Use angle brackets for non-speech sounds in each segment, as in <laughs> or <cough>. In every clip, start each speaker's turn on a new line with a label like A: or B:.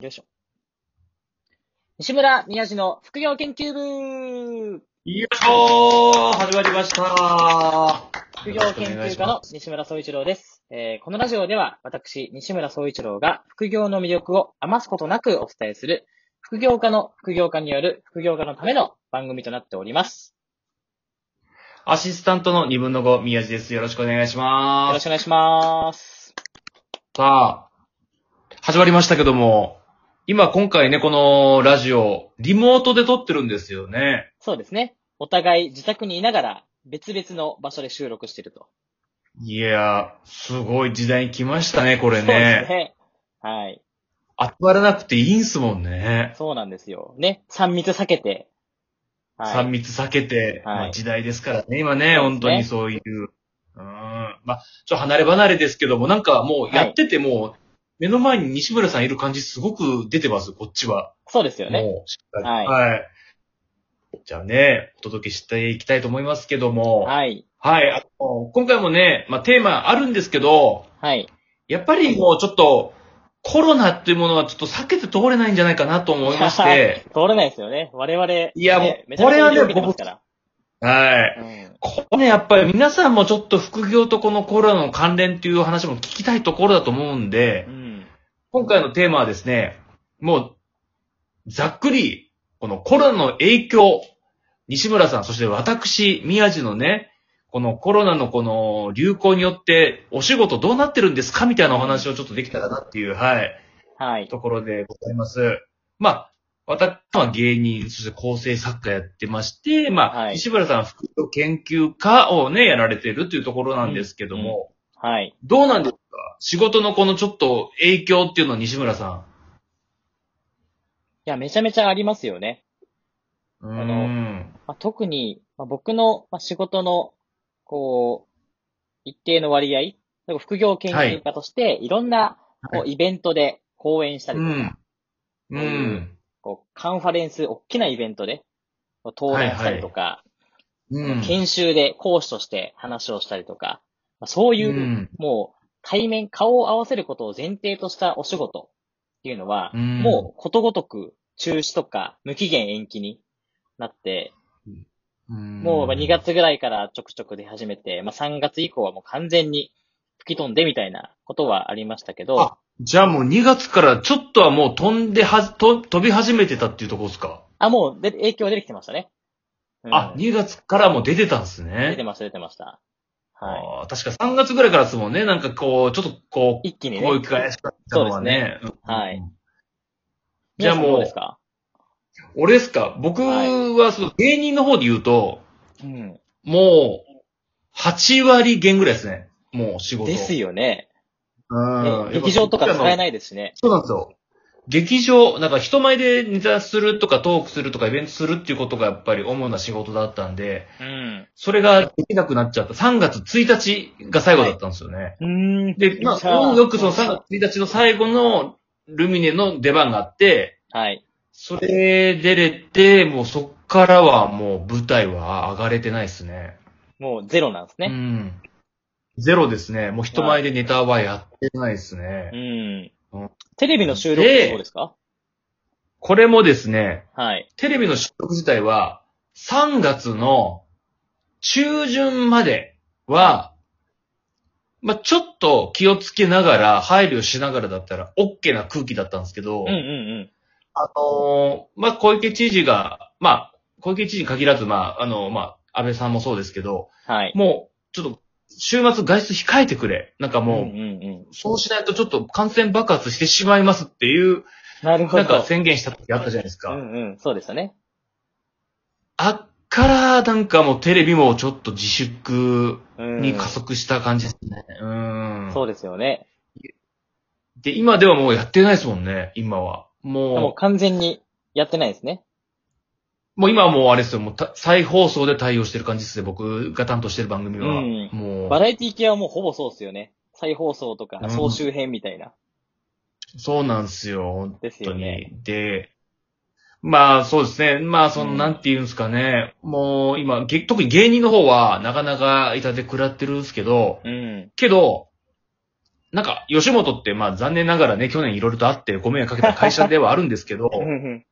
A: よいしょ。西村宮治の副業研究部
B: よいしょー始まりました
A: 副業研究家の西村総一郎です。えーこのラジオでは私、西村総一郎が副業の魅力を余すことなくお伝えする、副業家の副業家による副業家のための番組となっております。
B: アシスタントの2分の5、宮地です。よろしくお願いし
A: よ
B: ま
A: ろ
B: す。
A: しくお願いします。
B: さあ、始まりましたけども、今今回ね、このラジオ、リモートで撮ってるんですよね。
A: そうですね。お互い自宅にいながら別々の場所で収録していると。
B: いやー、すごい時代に来ましたね、こ
A: こ
B: れ
A: そうです
B: ね。
A: ね。はい。
B: 集まらなくていいんすもんね。
A: そうなんですよ。ね。3密避けて。はい。
B: 三密避けて、
A: はい
B: まあ時代ですからね、今
A: そ
B: ね、
A: うですね
B: 本当にそういう。うん。まあ、ちょっと離れ離れですけども、なんかもうやってても、目の前に西村さんいる感じすごく出てます、こっちは。
A: そうですよね。
B: もう、しっかり。
A: はい
B: じゃあね、お届けしていきたいと思いますけども。はい。
A: はい。
B: あの今回もね、まあテーマあるんですけど、
A: はい。
B: やっぱりもうちょっと、コロナっていうものはちょっと避けて通れないんじゃないかなと思いまして、
A: <laughs> 通れないですよね。我々、ね。
B: いやもう
A: めちゃめちゃ
B: これはね
A: 影響受けてますから。
B: はい。
A: うん
B: これね、やっぱり皆さんもちょっと副業とこのコロナの関連っていう話も聞きたいところだと思うんで
A: う、ん。
B: 今回のテーマはですね、もう、ざっくり、このコロナの影響、西村さん、そして私、宮地のね、このコロナのこの流行によってお仕事どうなってるんですかみたいなお話をちょっとできたらなっていう、はい。
A: はい。
B: ところでございます。まあ、私は芸人、そして構成作家やってまして、まあ、
A: はい
B: 西村さんは副業研究家をね、やられてるというところなんですけども、
A: はい。
B: どうなんですか仕事のこのちょっと影響っていうのは西村さ
A: いや、めちゃめちゃありますよね。
B: ん。う
A: の
B: ん。
A: まあ、特に、まあ、僕の、まあ、仕事の、こう、一定の割合、なんか副業研究家として、い、ろんな、こ
B: は
A: う、イベントで講演したり
B: う
A: とか、
B: ん。うん。
A: こう、カンファレンス、大きなイベントで、こう討論したりとか、
B: うん。
A: 研修で講師として話をしたりとか、まあそういう、
B: うん
A: もう対面、顔を合わせることを前提としたお仕事っていうのは、
B: うん
A: もうことごとく中止とか無期限延期になって、もうまあ2月ぐらいからちょくちょく出始めて、まあ、3月以降はもう完全に吹き飛んでみたいなことはありましたけど
B: あ、じゃあもう2月からちょっとはもう飛んではず、と飛び始めてたっていうところですか、
A: あ、もうで影響出てきてましたね。うん
B: あ、2月からもう出てたんですね。
A: 出てました、出てました。はい。
B: あー確か3月ぐらいからですもんね。なんかこう、ちょっとこう、
A: 一気にね。
B: こういう機会怪しかったのはね。
A: ねはい
B: うん。じゃあも
A: 皆さん
B: う
A: どうですか
B: 俺ですか僕はその芸人の方で言うと、
A: うん。
B: もう、8割減ぐらいですね。もう仕事。
A: です
B: よ。
A: よね。
B: うん。
A: ね劇場とか使え
B: い。
A: ないですしね。
B: そうなんですよ。劇場、なんか人前でネタするとかトークするとかイベントするっていうことがやっぱり主な仕事だったんで、
A: うん。
B: それができなくなっちゃった。3月1日が最後だったんですよね。
A: うん。
B: で、ま
A: さ
B: あ、運よくその3月1日の最後のルミネの出番があって、
A: はい。
B: それ出れて、もうそっからはもう舞台は上がれてないですね。
A: もうゼロなんです
B: う
A: ね。
B: ん。ゼロですね。もう人前でネタはやってないです
A: う
B: ね。
A: ん
B: うん。
A: テレビの収録ってどうですか
B: これもですね、
A: はい。
B: テレビの収録自体は3月の中旬までは、まあ、ちょっと気をつけながら、配慮しながらだったら OK な空気だったんですけど、
A: うんうん
B: あのーまあ、小池知事が、まあ、小池知事に限らず、まあ、あの、まあ、安倍さんもそうですけど、
A: うん。はい。
B: もう、ちょっと、週末外出控えてくれ。なんか
A: うん
B: もう、
A: うんうん。
B: そうしないとちょっと感染爆発してしまいますっていう、
A: なるほど。
B: なんか宣言した時あったじゃないですか。
A: うんうん。そうですよね。
B: あっから、なんかもうテレビもちょっと自粛
A: うん。
B: に加速した感じですね。うん。
A: そうですよね。
B: で、今ではもうやってないですもんね、今は。
A: もう
B: も
A: 完全にやってないですね。
B: う、もう今はもうあれですよ、もうた再放送で対応してる感じですね、僕が担当してる番組は。
A: うん
B: もう。
A: バラエティ系はもうほぼそうですよね。再放送とか
B: う、ん
A: 総集編みたいな。
B: そうなんですよ、本
A: です
B: 当
A: よ
B: に。
A: ね。
B: で、まあそうですね。まあその、
A: うん
B: なんて言うんですかね。もう今、げ特に芸人の方はなかなか痛手食らってるんですけど、
A: うん。
B: けど、なんか、吉本って、まあ残念ながらね、去年いろいろとあってご迷惑かけた会社ではあるんですけど、
A: <laughs> うんうん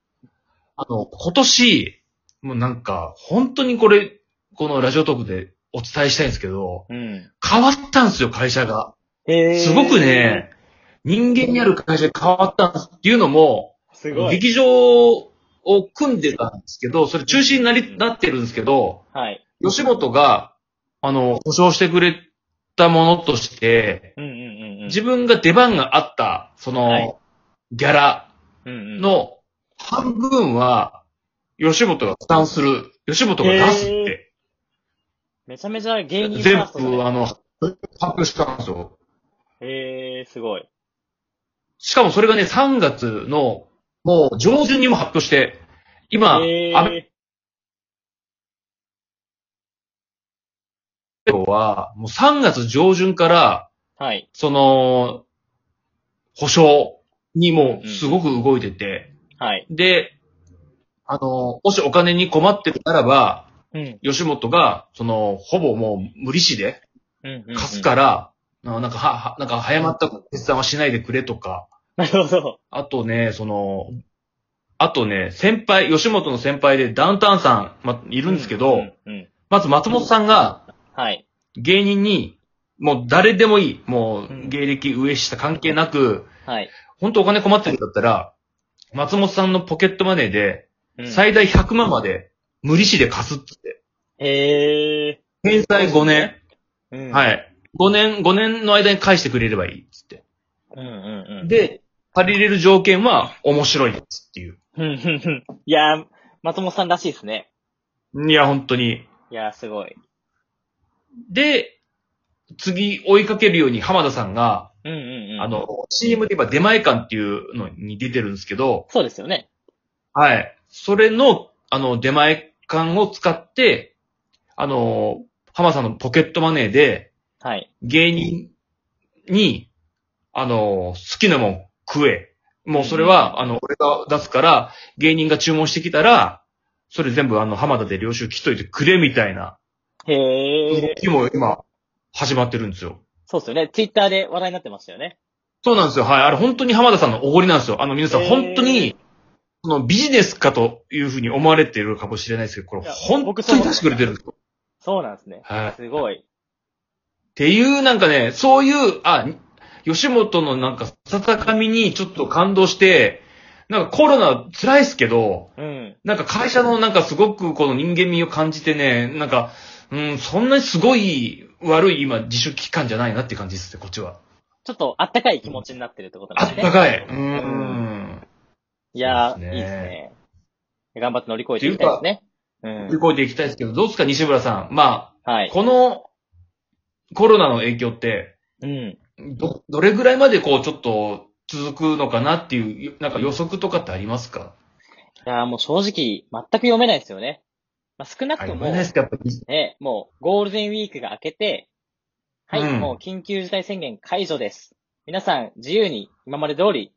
B: あの、今年、もうなんか、本当にこれ、このラジオトークでお伝えしたいんですけど、
A: うん。
B: 変わったんですよ、会社が。
A: へー
B: すごくね、、人間にある会社で変わったんですっていうのも、
A: すごい。
B: 劇場を組んでたんですけど、それ中止になり、なってるんですけど、
A: はい。
B: 吉本が、あの、保証してくれたものとして、
A: うんうんうんうん。
B: 自分が出番があった、その、
A: はい
B: ギャラ
A: 分、
B: の半分は、吉本が負担する。吉本が出すって。
A: めちゃめちゃ芸人ファ
B: 全
A: ーストだね
B: 部、あの、発表したんですよ。
A: へえー、すごい。
B: しかもそれがね、3月の、もう上旬にも発表して、今、
A: へ
B: アメ
A: え
B: リカは、もう3月上旬から、
A: ー、はい。
B: その、保証にもうすごく動いてて、
A: はい。
B: で、あの、もしお金に困ってるならば、
A: うん。
B: 吉本が、その、ほぼもう無利子で
A: うん。うん
B: 貸すか。ら、あなんかは、はなんか早まった決断はしないでくれとか、
A: なるほど。
B: あとね、その、あとね、先輩、吉本の先輩でダウンタウンさん、ま、い
A: い
B: るんですけど、
A: うん。うん
B: まず松本さんが、
A: はい。
B: 芸人に、もう誰でもいい。も
A: う
B: う、
A: ん
B: 芸歴上下関係なく、
A: はい。
B: 本当お金困ってるんだったら、松本さんのポケットマネーで、
A: うん
B: 最大100万まで、無利子で貸すっつって。
A: へえ
B: 返済5年。
A: ー。うん。い。
B: はい。5年、5年の間に返してくれればいいっつって。
A: うんうんうん。
B: で、借りれる条件は面白いっつっていう。
A: うんうんうん。 <laughs> いやー、松本さんらしいですね。
B: いや、本当に。
A: いやー、すごい。
B: で、次追いかけるように浜田さんが、
A: うんうんうん。
B: あ、の、CM で言えば出前館っていうのに出てるんですけど、
A: そうですよね。
B: はい。それの、あの、出前館を使って、あの、浜さんのポケットマネーで、
A: はい。
B: 芸人に、あの、好きなもん食え。もうそれは、あの、俺が出すから、芸人が注文してきたら、それ全部あの、浜田で領収切っといてくれみたいな
A: へ
B: 動
A: え。
B: きも今、始まってるんですよ。
A: そうですよね。ツイッターで話題になってましたよね。
B: そうなんですよ。はい。あれ本当に浜田さんのおごりなんですよ。あの皆さん
A: へー
B: 本当に、そのビジネスかというふうに思われているかもしれないですけど、これ
A: いや
B: 本
A: 僕
B: 当に出してくれてるんですよ。
A: そうなんですね。
B: はい。っ
A: すごい。
B: ていうなんかね、そういう、あ、吉本のなんかさたかみにちょっと感動して、なんかコロナ辛いですけど、
A: うん。
B: なんか会社のなんかすごくこの人間味を感じてね、なんか、うん、そんなにすごい悪い今自粛期間じゃないなって感じですね、こっちは。
A: ちょっとあったかい気持ちになってるってことな
B: あ
A: んで
B: っ
A: すね。
B: たかい。うん。
A: いや
B: そう
A: ー、
B: ですね
A: いいですね。頑張って乗り越えていきたいですね。う
B: 乗り
A: ん。
B: 越えていきたいですけど、どうですか、西村さん。ま
A: は
B: あ、
A: い。
B: このコロナの影響って、
A: うん。
B: ど、どれぐらいまでこう、ちょっと続くのかなっていう、なんか予測とかってありますか
A: いやーもう正直、全く読めないですよね。まあ、少なくと
B: 読
A: も、
B: めないですか、やっぱり。
A: ね、もうゴールデンウィークが明けて、はい、
B: うん
A: もう緊急事態宣言解除です。皆さん、自由に今まで通り、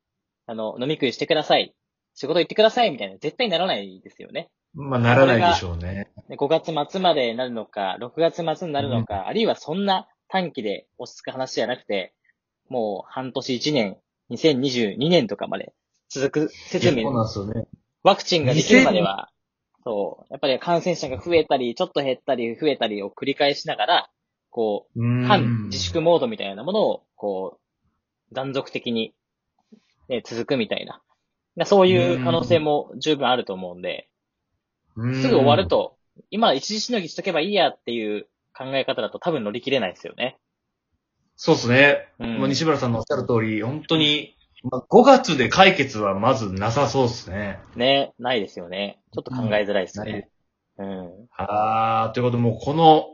A: あの、飲み食いしてください。仕事行ってください、みたいな、絶対ならないですよね。
B: まあ、ならないでしょうね。
A: で5月末までになるのか、6月末になるのか、あるいはそんな短期で落ち着く話じゃなくて、もう半年1年、2022年とかまで続く
B: いや
A: 説
B: そう
A: 明、
B: なんですよね。
A: ワクチンができるまでは、そう、やっぱり感染者が増えたり、ちょっと減ったり、増えたりを繰り返しながら、こ
B: う
A: う、
B: ん
A: 反自粛モードみたいなものを、こう、断続的に、ね、続くみたいな。なそういう可能性も十分あると思うんで、すぐ終わる。と、今一時しのぎしとけばいいやっていう考え方だと多分乗り切れないですよね。
B: そうですね。
A: うん
B: まあ西村さんのおっしゃる通り、本当に、まあ、5月で解決はまずなさそうですね。
A: ね、ないですよね。ちょっと考えづらいですよ
B: ない
A: ね。うん。
B: あー、ということで、もうこの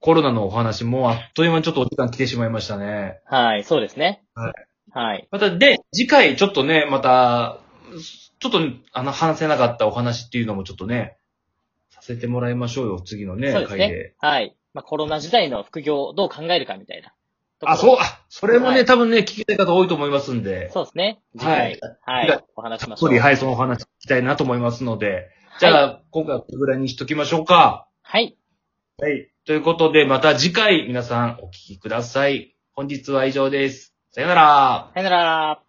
B: コロナのお話、もうあっという間にちょっとお時間来てしまいましたね。
A: はい、そうですね。。
B: はい
A: はい。
B: また、で、次回ちょっとね、また、ちょっと、あの、話せなかったお話っていうのもちょっとね、させてもらいましょうよ、次のね、
A: そうです
B: 回
A: ね
B: で。。
A: はい。まあ、コロナ時代の副業をどう考えるかみたいな。
B: あ、そうう、あ、それもね、
A: はい
B: 多分ね、聞きたい方多いと思いますんで、
A: そうですね。次
B: はい
A: 回。はい。
B: 次回
A: お話ししましょ。
B: そうり、
A: はい。
B: はい、そのお話聞きたいなと思いますので、じゃあ、今回はこれぐらいにしときましょうか。
A: はい。
B: はい。ということで、また次回皆さんお聞きください。本日は以上です。さよなら。
A: さよなら。